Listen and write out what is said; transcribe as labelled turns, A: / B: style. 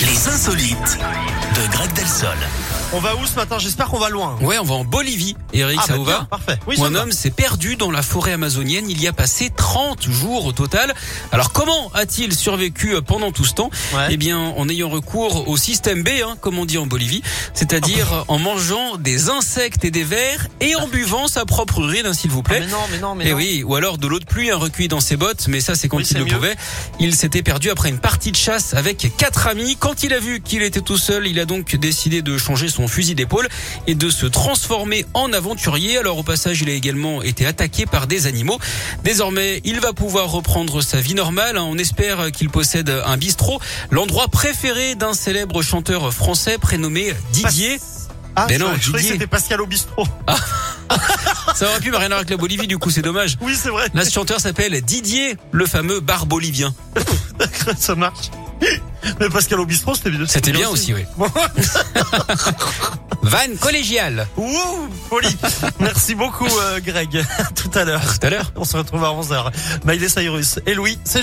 A: Les insolites de Greg Delsol.
B: On va où ce matin J'espère qu'on va loin.
C: Ouais, on va en Bolivie. Eric, ça
B: bah
C: vous
B: tiens,
C: va
B: Parfait. Oui, ça
C: Où
B: me
C: un
B: va.
C: homme s'est perdu dans la forêt amazonienne. Il y a passé 30 jours au total. Alors comment a-t-il survécu euh, pendant tout ce temps
B: Ouais.
C: Eh bien, en ayant recours au système B, hein, comme on dit en Bolivie, c'est-à-dire euh, en mangeant des insectes et des vers et en buvant sa propre urine, hein, s'il vous
B: Ah,
C: plaît.
B: mais non, mais non, mais
C: Et
B: non.
C: oui, ou alors de l'eau de pluie hein, recueillie dans ses bottes, mais ça c'est quand
B: Oui, c'est
C: il le
B: mieux.
C: pouvait. Il s'était perdu après une partie de chasse avec quatre amis. Quand il a vu qu'il était tout seul, il a donc décidé de changer son fusil d'épaule et de se transformer en aventurier. Alors au passage, il a également été attaqué par des animaux. Désormais, il va pouvoir reprendre sa vie normale. hein. On espère qu'il possède un bistrot, l'endroit préféré d'un célèbre chanteur français prénommé Didier.
B: Ah,
C: Mais
B: je,
C: non,
B: je croyais que
C: Didier.
B: c'était Pascal au bistrot.
C: Ça aurait pu mais rien à voir avec la Bolivie, du coup c'est dommage.
B: Oui, c'est vrai.
C: Là, ce chanteur s'appelle Didier, le fameux bar bolivien.
B: ça marche. Mais Pascal au bistrot, c'était bien.
C: C'était bien aussi, oui. Van collégiale.
B: Ouh, folie. Merci beaucoup, euh, Greg. À tout à l'heure.
C: Tout à l'heure.
B: On se retrouve à 11h. Maïlé Cyrus et Louis, c'est